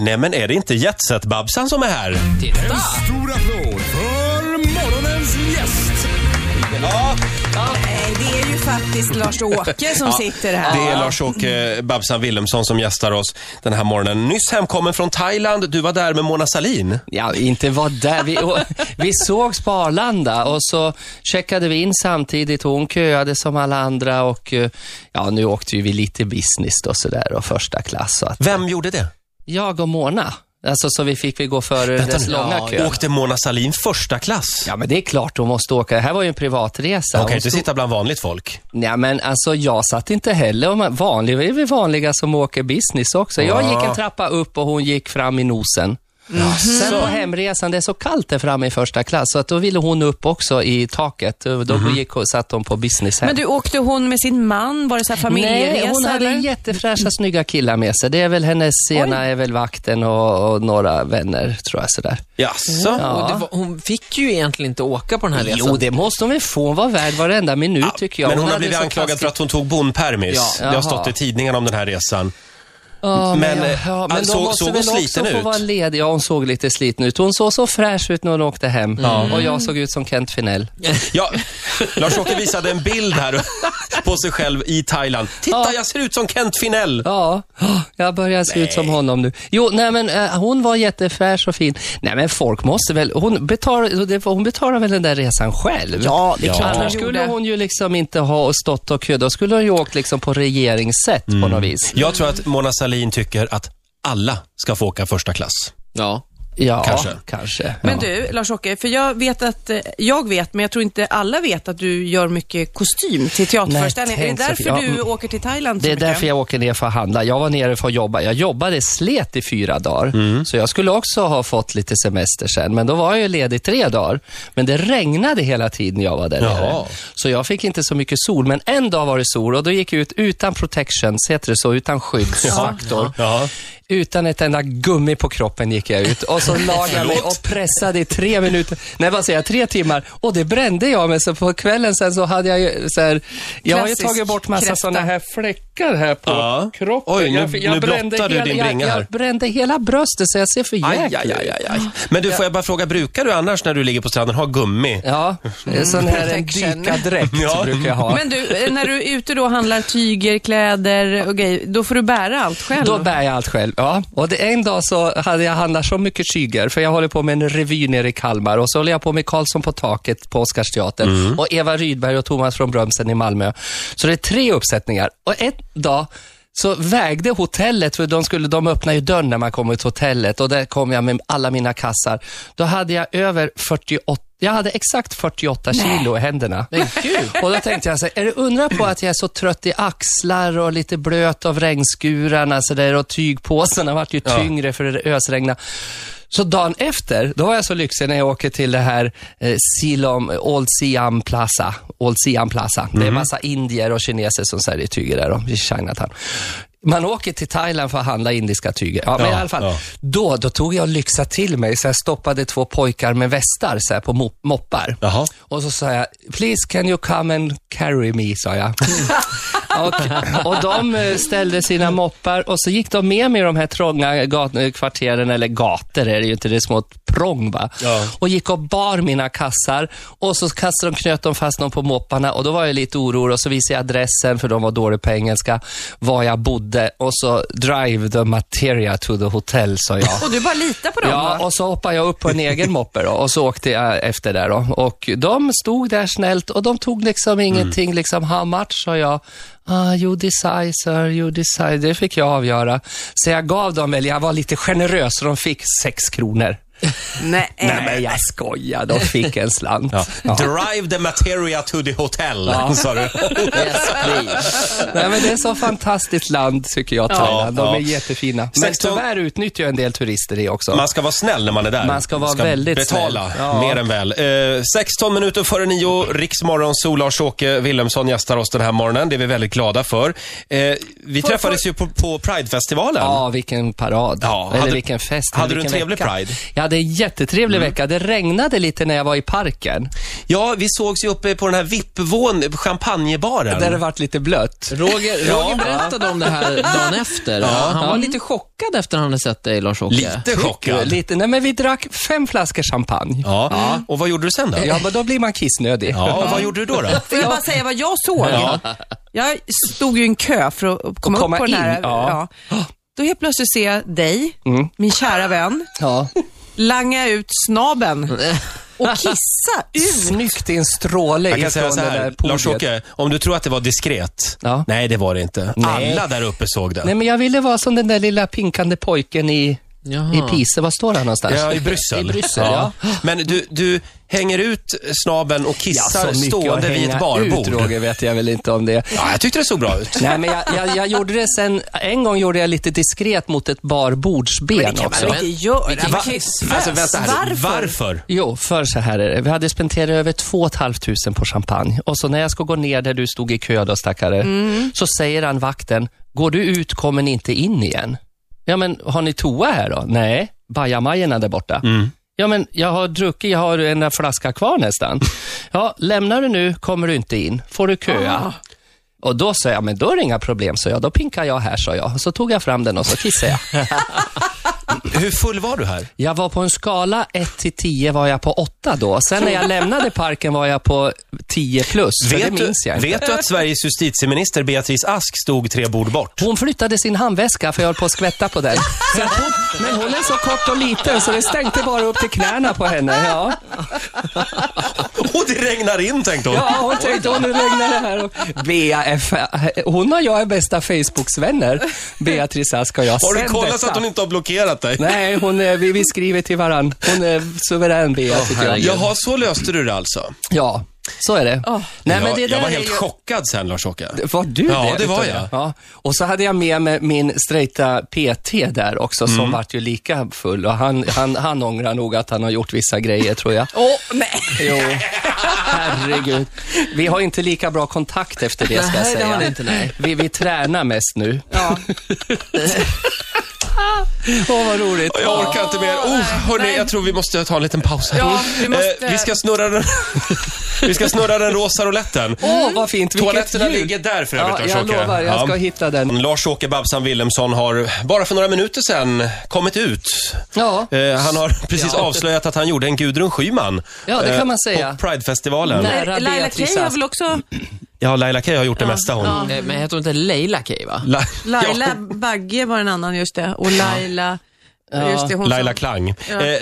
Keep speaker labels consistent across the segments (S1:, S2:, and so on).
S1: Nej, men är det inte Jetset-Babsan som är här?
S2: En
S3: Titta!
S2: stor applåd för morgonens gäst!
S4: Nej, det är ju faktiskt Lars-Åke som sitter här.
S1: Det är Lars-Åke Babsan Willemsson som gästar oss den här morgonen. Nyss hemkommen från Thailand. Du var där med Mona Salin.
S3: Ja, inte var där. Vi, och, vi sågs på Arlanda och så checkade vi in samtidigt och hon köade som alla andra och eh, ja, nu åkte ju vi lite business då sådär och första klass. Så att
S1: Vem gjorde det?
S3: jag och Mona, alltså så vi fick vi gå före dess långa kö.
S1: Åkte Mona Salin första klass?
S3: Ja, men det är klart hon måste åka. Det här var ju en privatresa.
S1: Hon kan ju
S3: Hon
S1: inte
S3: stod-
S1: sitta bland vanligt folk.
S3: Nej, men alltså jag satt inte heller och man- vanlig, vi är väl vanliga som åker business också. Jag gick en trappa upp och hon gick fram i nosen. Sen på hemresan, det är så kallt där framme i första klass, så att då ville hon upp också i taket. Och Då gick, satt hon på business hem.
S4: Men du, åkte hon med sin man? Var det så här familjeresa?
S3: Nej, hon hade
S4: eller?
S3: jättefräscha, snygga killar med sig. Det är väl hennes ena är väl vakten och, och några vänner, tror jag. Sådär.
S1: Jaså?
S3: Ja.
S5: Och det var, hon fick ju egentligen inte åka på den här resan.
S3: Jo, det måste hon väl få. Hon var värd varenda minut, tycker jag.
S1: Men hon har
S3: hade
S1: blivit
S3: så
S1: anklagad för
S3: taskigt-
S1: att hon tog bondpermis.
S3: Ja.
S1: Det har
S3: Jaha.
S1: stått i tidningarna om den här resan.
S3: Ja,
S1: Men, eh,
S3: ja, men
S1: alltså,
S3: de måste
S1: såg hon
S3: väl
S1: sliten
S3: också
S1: ut?
S3: få vara ledig. Ja, hon såg lite sliten ut. Hon såg så fräsch ut när hon åkte hem. Och
S1: Mm.
S3: jag såg ut som Kent Finell.
S1: Ja, Lars-Åke visade en bild här på sig själv i Thailand. Titta, jag ser ut som Kent Finell.
S3: Ja, åh, jag börjar se ut som honom nu. Jo, nej men eh, hon var jättefräsch och fin. Nej men folk måste väl, hon betalar, hon betalar väl den där resan själv? Ja, det är
S1: klart
S3: Annars
S4: hon gjorde.
S3: skulle hon ju liksom inte ha stått och köat. Då skulle hon ju åkt liksom på regeringssätt
S1: Mm.
S3: på något vis.
S1: Jag tror att Mona Salin tycker att alla ska få åka första klass.
S5: Ja.
S3: Ja,
S1: Kanske.
S3: kanske. kanske.
S4: Men du, Lars-Åke, för jag vet att, eh, jag vet, men jag tror inte alla vet att du gör mycket kostym till teaterföreställningar.
S3: Nej,
S4: Är det
S3: tänk,
S4: därför
S3: Sofia.
S4: du
S3: Ja,
S4: åker till Thailand så
S3: Det är
S4: mycket?
S3: därför jag åker ner för att handla. Jag var nere för att jobba. Jag jobbade slet i fyra dagar.
S1: Mm.
S3: Så jag skulle också ha fått lite semester sen. Men då var jag ju ledig tre dagar. Men det regnade hela tiden jag var där
S1: Jaha.
S3: nere. Så jag fick inte så mycket sol. Men en dag var det sol och då gick jag ut utan protection, så heter det så, utan skyddsfaktor.
S1: Ja.
S3: Utan ett enda gummi på kroppen gick jag ut och så la jag mig och pressade i tre minuter, nej vad säger jag, tre timmar. Och det brände jag mig, så på kvällen sen så hade jag ju så här, jag har ju
S4: Klassisk
S3: tagit bort massa
S4: kräfta.
S3: sådana här fläckar här på
S1: Ja.
S3: kroppen.
S1: Oj, nu-
S3: jag,
S1: nu blottar du
S3: hela,
S1: din
S3: jag,
S1: bringa här.
S3: jag brände hela bröstet så jag ser för
S1: Aj,
S3: jäkligt
S1: aj, aj, aj, aj. Men du, får jag bara fråga, brukar du annars när du ligger på stranden ha gummi?
S3: Ja, en sån här en
S4: Protection.
S3: dykardräkt
S1: Ja.
S3: brukar jag ha.
S4: Men du, eh, när du är ute då och handlar tyger, kläder och grejer, då får du bära allt själv?
S3: Då bär jag allt själv. Ja. Och det, en dag så hade jag handlat så mycket tyger, för jag håller på med en revy nere i Kalmar och så håller jag på med Karlsson på taket på Oscarsteatern och Eva Rydberg och Thomas från Brömsen i Malmö. Så det är tre uppsättningar. Och en dag så vägde hotellet, för de, skulle, de öppnar ju dörren när man kommer till hotellet och där kom jag med alla mina kassar. Då hade jag över 48 jag hade exakt 48 kilo i händerna. Och då tänkte jag så här, är det undra på att jag är så trött i axlar och lite blöt av regnskurarna så där, och tygpåsarna vart ju tyngre för det ösregna. Så dagen efter, då var jag så lyxig när jag åker till det här eh, Silom, Old Siam Plaza. Old Siam Plaza. Det är massa indier och kineser som säljer tyger där då, i Chinatown. Man åker till Thailand för att handla indiska tyger. Ja, men
S1: Ja,
S3: i alla fall.
S1: ja.
S3: Då, då tog jag och lyxade till mig, så jag stoppade två pojkar med västar så här, på mop- moppar.
S1: Jaha.
S3: Och så sa jag, please can you come and carry me, sa jag. och, och de eh, ställde sina moppar och så gick de med mig i de här trånga gat- eh, kvarteren, eller gator är det ju inte, det är små prång va.
S1: Ja.
S3: Och gick och bar mina kassar och så kastade de, knöt de fast dem på mopparna och då var jag lite orolig och så visade jag adressen, för de var dåliga på engelska, var jag bodde och så drive the material to the hotel, sa jag.
S4: Och du bara litar på dem?
S3: Ja,
S4: va?
S3: och så hoppade jag upp på en egen moppe då, och så åkte jag efter där då. Och de stod där snällt och de tog liksom ingenting, liksom how much sa jag. Ah, you decide sir, you decide. Det fick jag avgöra. Så jag gav dem väl, jag var lite generös så de fick sex kronor.
S4: Nej.
S3: Nej, men jag skojar, de fick en slant.
S1: Ja.
S3: Ja.
S1: Drive the materia to the hotel, sa du.
S3: Nej, men det är så fantastiskt land tycker jag, Thailand.
S1: Ja,
S3: de är
S1: ja.
S3: jättefina. Men
S1: 16
S3: tyvärr utnyttjar en del turister det också.
S1: Man ska vara snäll när man är där.
S3: Man ska vara väldigt
S1: betala
S3: snäll. Ja.
S1: mer än väl. Eh, 16 minuter före nio, Riksmorgon, Sol, Lars-Åke Wilhelmsson gästar oss den här morgonen. Det är vi väldigt glada för. Eh, vi träffades ju på, på Pridefestivalen.
S3: Ja, vilken parad.
S1: Ja,
S3: Eller
S1: hade-
S3: vilken fest.
S1: hade du
S3: vilken
S1: en trevlig
S3: vecka.
S1: Pride? Mm.
S3: Jag hade hade en jättetrevlig vecka. Det regnade lite när jag var i parken,
S1: Ja, vi sågs ju uppe på den här vippvån, champagnebaren.
S3: där det varit lite blött.
S5: Roger, Roger berättade om det här dagen efter. Han var lite chockad efter han hade sett dig, Lars-Åke.
S1: Lite chockad.
S3: Mm. Lite, nej men vi drack fem flaskor champagne.
S1: Ja. och vad gjorde du sen då?
S3: Ja, men då blir man kissnödig.
S1: Ja, och vad gjorde du då? då?
S4: Får jag bara säga vad jag såg?
S1: Ja.
S4: Jag stod ju i en kö för att komma,
S3: komma
S4: upp på den här.
S3: in, ja. Mm.
S4: Då helt plötsligt ser jag dig, min kära vän,
S3: Ja.
S4: langa ut snaben och kissa ut.
S3: Snyggt i en stråle
S1: Jag kan
S3: ifrån
S1: säga så
S3: det där
S1: här,
S3: podiet.
S1: Lars-Åke, om du tror att det var diskret.
S3: Ja.
S1: Nej, det var det inte.
S3: Nej.
S1: Alla där uppe såg det.
S3: Nej, men jag ville vara som den där lilla pinkande pojken i,
S5: Jaha.
S3: i Pisa. Var står han någonstans?
S1: Ja, i Bryssel.
S3: Alltså, I Bryssel, ja.
S1: Men du, du hänger ut snaben och kissar stående vid ett barbord.
S3: Ut, Roger, vet jag väl inte om det.
S1: ja, jag tyckte det såg bra ut.
S3: Nej, men jag, jag, jag gjorde det sen, en gång gjorde jag lite diskret mot ett barbordsben också.
S4: Men det gör
S5: Vilken
S4: man
S1: Va-
S4: kan ju inte
S1: Alltså, vänta här.
S4: Varför?
S1: Varför?
S3: Jo, för så här är det. Vi hade spenderat över 2 500 på champagne. Och så när jag ska gå ner där du stod i kö då, stackare, så säger han vakten, går du ut kommer ni inte in igen. Ja, men har ni toa här då? Nej, bajamajorna där borta. Ja, men jag har druckit, jag har en flaska kvar nästan. Ja, lämnar du nu kommer du inte in. Får du köa. Och då sa jag, men då är det inga problem, sa jag. Då pinkar jag här, sa jag. Så tog jag fram den och så kissade jag.
S1: Hur full var du här?
S3: Jag var på en skala 1 till 10 var jag på 8 då. Sen när jag lämnade parken var jag på 10 plus, för det
S1: Vet du,
S3: minns jag inte.
S1: vet du att Sveriges justitieminister Beatrice Ask stod tre bord bort?
S3: Hon flyttade sin handväska för jag höll på att skvätta på den. Så att hon, men hon är så kort och liten så det stänkte bara upp till knäna på henne. Ja,
S1: Och det regnar in, tänkte hon.
S3: ja hon tänkte "Åh, nu regnar det här. Och BAF, hon och jag är bästa Facebooksvänner, Beatrice Ask och jag.
S1: Har du
S3: Sen
S1: kollat så
S3: detta.
S1: att hon inte har blockerat dig?
S3: Nej, hon är, vi, vi skriver till varann. Hon är suverän, Bea, tycker jag.
S5: herregud.
S1: Jaha, så löste du det alltså?
S3: Ja, så är det. Nej, men
S1: jag,
S3: det
S1: jag
S3: där
S1: var
S3: är
S1: helt
S3: ju-
S1: chockad sen, Lars-Åke.
S3: Var du
S1: Ja, det
S3: Victoria?
S1: var jag.
S3: Ja. Och så hade jag med mig min straighta PT där också, som
S1: Mm.
S3: vart ju lika full. Och han, han, han ångrar nog att han har gjort vissa grejer, tror jag.
S4: Åh, nej.
S3: Jo, herregud. Vi har inte lika bra kontakt efter det, ska jag
S5: Nej, det
S3: säga.
S5: har ni inte, nej.
S3: Vi, vi tränar mest nu. Ja. Åh, vad roligt.
S1: Jag orkar inte mer. Oh, hörni, jag tror vi måste ta en liten paus här. Mm. Eh,
S4: Ja, vi måste-
S1: vi, ska snurra den... vi ska snurra den rosa rouletten.
S3: Åh, vad fint. Vilket
S1: Toaletterna
S3: ljud.
S1: ligger där för övrigt,
S3: Ja, jag
S1: Lars-Åke.
S3: lovar, jag
S1: Ja. Mm.
S3: ska hitta den.
S1: Lars-Åke Babsan Willemsson har bara för några minuter sedan kommit ut.
S3: Ja.
S1: Eh, han har precis avslöjat att han gjorde en Gudrun Schyman. eh,
S3: Ja, det kan man säga.
S1: På Pridefestivalen.
S3: Nej. Nära
S4: Laila
S3: Beatrice alltså.
S4: Kay har
S3: Ask.
S4: väl också...
S1: Ja, Laila Kay har gjort det mesta hon.
S5: Eh, Men heter hon inte Leila Kay, va?
S1: La-
S4: Laila
S1: Ja.
S4: Bagge var en annan, just det. Och Laila... Just det, hon
S1: Laila
S4: som-
S1: Klang. Eh,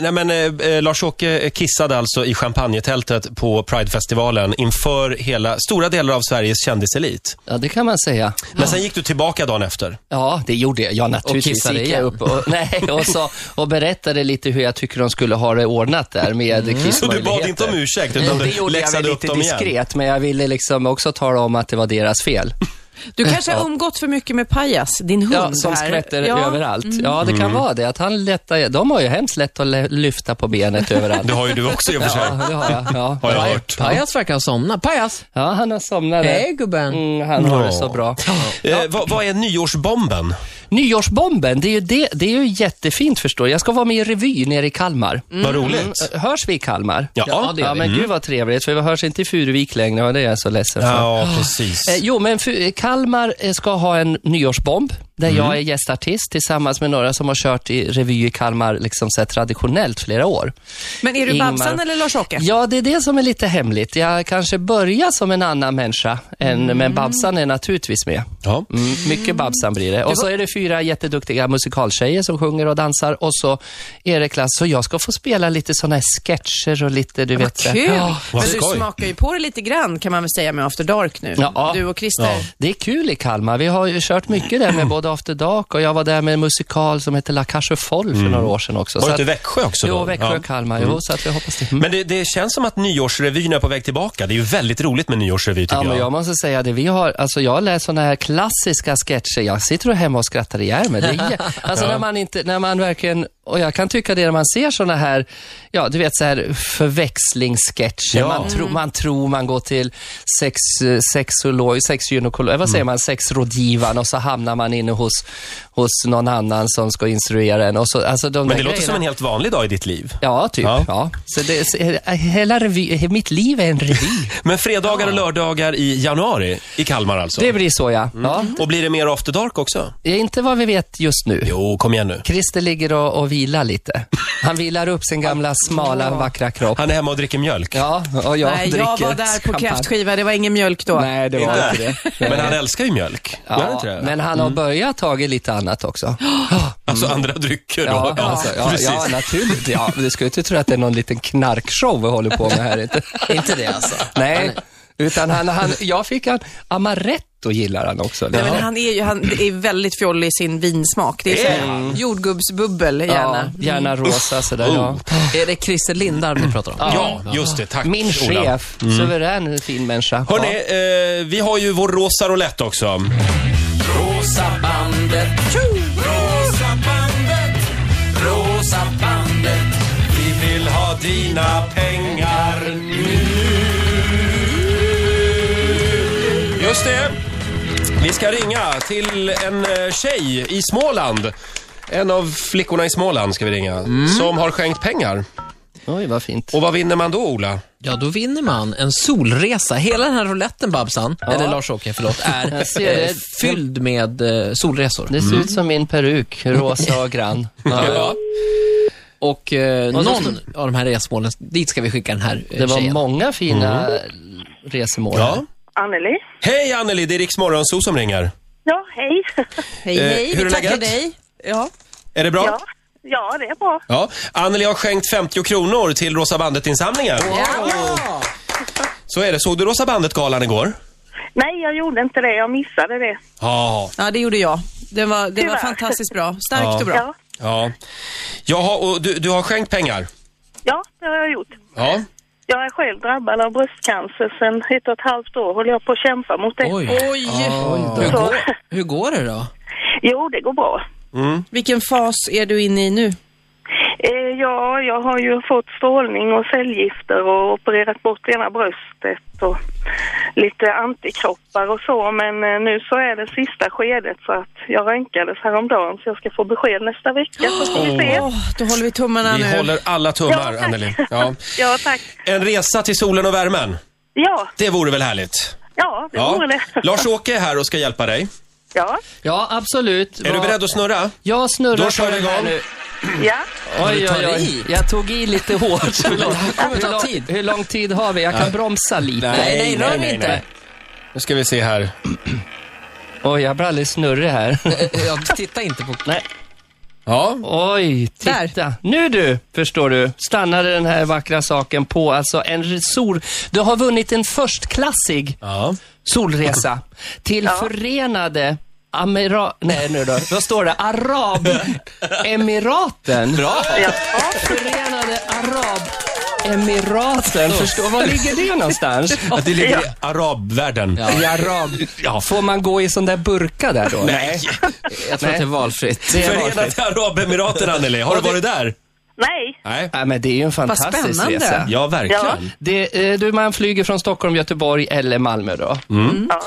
S1: nej men, eh, eh, Lars-Åke kissade alltså i champagnetältet på Pridefestivalen inför hela, stora delar av Sveriges kändiselit.
S3: Ja, det kan man säga.
S1: Men sen gick du tillbaka dagen efter.
S3: Ja, det gjorde jag. Ja, naturligtvis.
S5: kissade
S3: gick jag
S5: igen.
S3: upp och, nej, och, så, och berättade lite hur jag tycker de skulle ha det ordnat där med kissmöjligheter.
S1: Så du bad inte om ursäkt, utan
S3: Nej, det
S1: du
S3: gjorde jag väl
S1: läxade upp
S3: lite
S1: dem
S3: diskret,
S1: igen.
S3: men jag ville liksom också tala om att det var deras fel.
S4: Du kanske har umgått för mycket med Pajas, din hund
S3: Ja, som
S4: här.
S3: skvätter överallt. Ja, det kan
S1: Mm.
S3: vara det. Att han lättar, de har ju hemskt lätt att le- lyfta på benet överallt.
S1: Det har ju du också i och för sig.
S3: Ja, det har jag. Ja.
S1: Har jag hört.
S5: Pajas verkar ha somnat. Pajas!
S3: ja han har somnat. där.
S5: Hej, gubben.
S3: Mm, han har det
S1: Ja.
S3: så bra.
S1: Eh, vad, vad är nyårsbomben?
S3: Nyårsbomben, det är ju, det, det är ju jättefint förstår du. Jag ska vara med i revy nere i Kalmar.
S1: Vad
S3: Mm.
S1: roligt.
S3: Eh, Hörs vi i Kalmar?
S1: Ja. Mm.
S3: ja,
S5: det gör vi.
S3: men gud vad trevligt, för vi hörs inte i Furuvik längre och det är jag så ledsen för.
S1: Ja, precis.
S3: Eh, jo, men Fu- Kalmar eh, ska ha en nyårsbomb där jag
S1: Mm.
S3: är gästartist tillsammans med några som har kört i revy i Kalmar liksom så här, traditionellt flera år.
S4: Men är du
S3: Ingmar-
S4: Babsan eller Lars-Åke?
S3: Ja, det är det som är lite hemligt. Jag kanske börjar som en annan människa, än, men Babsan är naturligtvis med.
S1: Ja.
S3: Mm, mycket Babsan blir det. Och så är det fyra jätteduktiga musikaltjejer som sjunger och dansar och så är det klass. Så jag ska få spela lite såna här sketcher och lite, du vet. så här-
S4: Kul!
S3: Ja.
S1: vad
S4: Men du
S1: skoj.
S4: smakar ju på det lite grann kan man väl säga med After Dark nu.
S3: Ja.
S4: Du och Christer.
S3: Det är kul i Kalmar. Vi har ju kört mycket där
S1: Mm.
S3: med både After Dark och jag var där med en musikal som hette La Cage Foll för några år sedan också.
S1: Mm. Var det
S3: Så
S1: inte
S3: att-
S1: Växjö också då?
S3: Jo, Växjö
S1: Ja.
S3: och Kalmar. Jo, så att vi hoppas det. Mm.
S1: Men det, det känns som att nyårsrevyn är på väg tillbaka. Det är ju väldigt roligt med nyårsrevy tycker
S3: Ja, men
S1: jag.
S3: jag måste säga det. Vi har, alltså jag har läst sådana här klassiska sketcher. Jag sitter och hemma och skrattar ihjäl mig. Det är, jä- alltså när man inte, när man verkligen, och jag kan tycka det när man ser sådana här, ja du vet så här förväxlingssketcher.
S1: Ja. Mm.
S3: Man, tror, man tror man går till sex,
S1: Mm.
S3: sexolog, sexgynekolog, eh, vad säger man, sexrådgivaren och så hamnar man inne hos, hos någon annan som ska instruera en. Och så, alltså de
S1: Men
S3: där
S1: det låter
S3: grejerna.
S1: som en helt vanlig dag i ditt liv.
S3: Ja, typ.
S1: Ja.
S3: Ja. Så det, så, eh, hela revy, mitt liv är en revy.
S1: Men fredagar och lördagar i januari i Kalmar alltså.
S3: det blir så, ja. ja.
S1: Och blir det mer after dark också?
S3: Det är inte vad vi vet just nu.
S1: Jo, kom igen nu.
S3: Christer ligger och, och vilar lite. Han vilar upp sin gamla smala, vackra kropp.
S1: Han är hemma och dricker mjölk.
S3: Ja, och jag
S4: Nej,
S3: dricker
S4: jag var där på
S3: champagne.
S4: kräftskiva. Det var ingen mjölk då.
S3: Nej, det var
S1: Inte.
S3: inte det.
S1: Men han älskar ju mjölk. Gör han
S3: Ja,
S1: inte det?
S3: men han har börjat tagit lite annat också.
S1: Alltså andra drycker då.
S3: Ja,
S1: Ja,
S3: alltså, ja,
S1: precis.
S3: ja naturligt. Ja, du ska ju inte tro att det är någon liten knarkshow vi håller på med här. Inte,
S5: Inte det, alltså?
S3: Nej, utan han, han, jag fick han, amaretto gillar han också.
S4: Nej, men han är ju han är väldigt fjollig i sin vinsmak. Det är så här jordgubbsbubbel gärna.
S3: Ja, gärna rosa sådär. Ja.
S5: Är det Christer Lindarw ni pratar om?
S1: Mm. Ja, just det. Tack,
S3: Min
S1: Ola. Mm.
S3: chef, suverän fin människa.
S1: Hörrni, eh, vi har ju vår rosa roulette också.
S6: Rosa bandet. Rosa bandet. Rosa bandet.
S1: Vi vill ha dina pengar nu. Just det. Vi ska ringa till en eh, tjej i Småland. En av flickorna i Småland ska vi ringa, som har skänkt pengar.
S3: Ja. Oj, vad fint.
S1: Och vad vinner man då, Ola?
S5: Ja, då vinner man en solresa. Hela den här rouletten, Babsan, eller Lars-Åke, förlåt, är
S3: Jag ser det.
S5: eh, fylld med eh, solresor.
S3: Det ser ut som min peruk, rosa och grann.
S5: Ja. Och eh,
S3: Och så
S5: någon
S3: ska-
S5: av de här resmålen, dit ska vi skicka den här eh,
S3: Det var
S5: tjejen.
S3: många fina
S1: Mm.
S3: resemål. här.
S7: Anneli?
S1: Hej Anneli, det är Riks Morgonzoo som ringer.
S7: Ja, hej.
S4: Hej,
S1: Eh,
S4: hej.
S1: hur är
S4: vi tackar
S1: läget?
S4: dig. Ja.
S1: Är det bra?
S7: Ja, ja det är bra.
S1: Ja, Anneli har skänkt 50 kronor till Rosa Bandet-insamlingen. Så är det. Såg du Rosa Bandet-galan igår?
S7: Nej, jag gjorde inte det. Jag missade det.
S1: Ja.
S4: ja, det gjorde jag. Det var, det var
S7: Tyvärr.
S4: fantastiskt bra. Starkt
S1: Ja.
S4: och bra.
S7: Ja,
S1: Ja. Jaha, och du, du har skänkt pengar?
S7: ja det har jag gjort.
S1: Ja.
S7: Jag är själv drabbad av bröstcancer. Sen ett och ett halvt år håller jag på att kämpa mot det.
S5: Oj.
S4: Oj,
S5: Hur går, hur går det då?
S7: Jo, det går bra.
S4: vilken fas är du inne i nu?
S7: Eh, ja, jag har ju fått strålning och cellgifter och opererat bort ena bröstet och lite antikroppar och så. Men eh, nu så är det sista skedet så att jag röntgades häromdagen så jag ska få besked nästa vecka så får vi se.
S4: Åh, då håller vi tummarna
S1: Vi
S4: nu.
S1: håller alla tummar,
S7: Ja.
S1: Anneli. Ja.
S7: Ja, tack.
S1: En resa till solen och värmen.
S7: Ja,
S1: Det vore väl härligt?
S7: ja, det vore det.
S1: Lars-Åke är här och ska hjälpa dig.
S7: Ja,
S3: Ja, absolut.
S1: Är du
S3: Vad-
S1: beredd att snurra?
S3: Jag snurrar
S1: Då
S3: på
S1: kör vi
S3: den här
S1: igång.
S3: nu.
S7: ja.
S3: Oj, oj,
S5: tar
S3: oj.
S5: i.
S3: Jag tog i lite hårt.
S5: Förlåt, det här kommer
S3: hur,
S5: ta
S3: lång,
S5: tid.
S3: hur lång tid har vi? Jag kan bromsa lite.
S5: Nej, nej, rör
S1: nej,
S5: inte.
S1: nej. Nu ska vi se här.
S3: Oj, jag blir alldeles snurrig här.
S5: Eh, Ja, titta inte på...
S3: Nej.
S1: Ja.
S3: Oj, titta.
S4: Där.
S3: Nu du, förstår du, stannade den här vackra saken på alltså en sol... Du har vunnit en förstklassig
S1: ja.
S3: solresa till Förenade Amira... Nej, nu då. Då står det Arabemiraten. Bra. Förenade Arabemiraten. Förstår, var ligger det någonstans?
S1: Att det ligger i arabvärlden.
S3: I Arab... Får man gå i sån där burka där då?
S1: Nej.
S5: Jag tror
S3: Nej.
S5: att det är valfritt.
S3: Det är valfritt.
S1: Förenade Arabemiraten, Anneli. Har du varit där?
S7: Nej,
S1: Nej.
S3: Nej, men det är ju en fantastisk
S4: spännande.
S3: resa.
S1: Ja, verkligen.
S3: Det, eh, du, man flyger från Stockholm, Göteborg eller Malmö då.
S7: ja.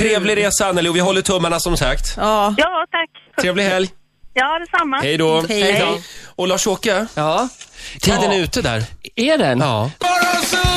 S1: Trevlig resa, Anneli, och vi håller tummarna som sagt.
S4: Ja,
S7: Ja, tack.
S1: Trevlig helg.
S7: Ja, detsamma.
S1: Hej då.
S4: Hej. Hej då.
S1: Och Lars-Åke,
S3: Ja.
S1: tiden
S3: Ja.
S1: är ute där.
S3: Är den?
S1: Ja.
S2: Morgonzoo!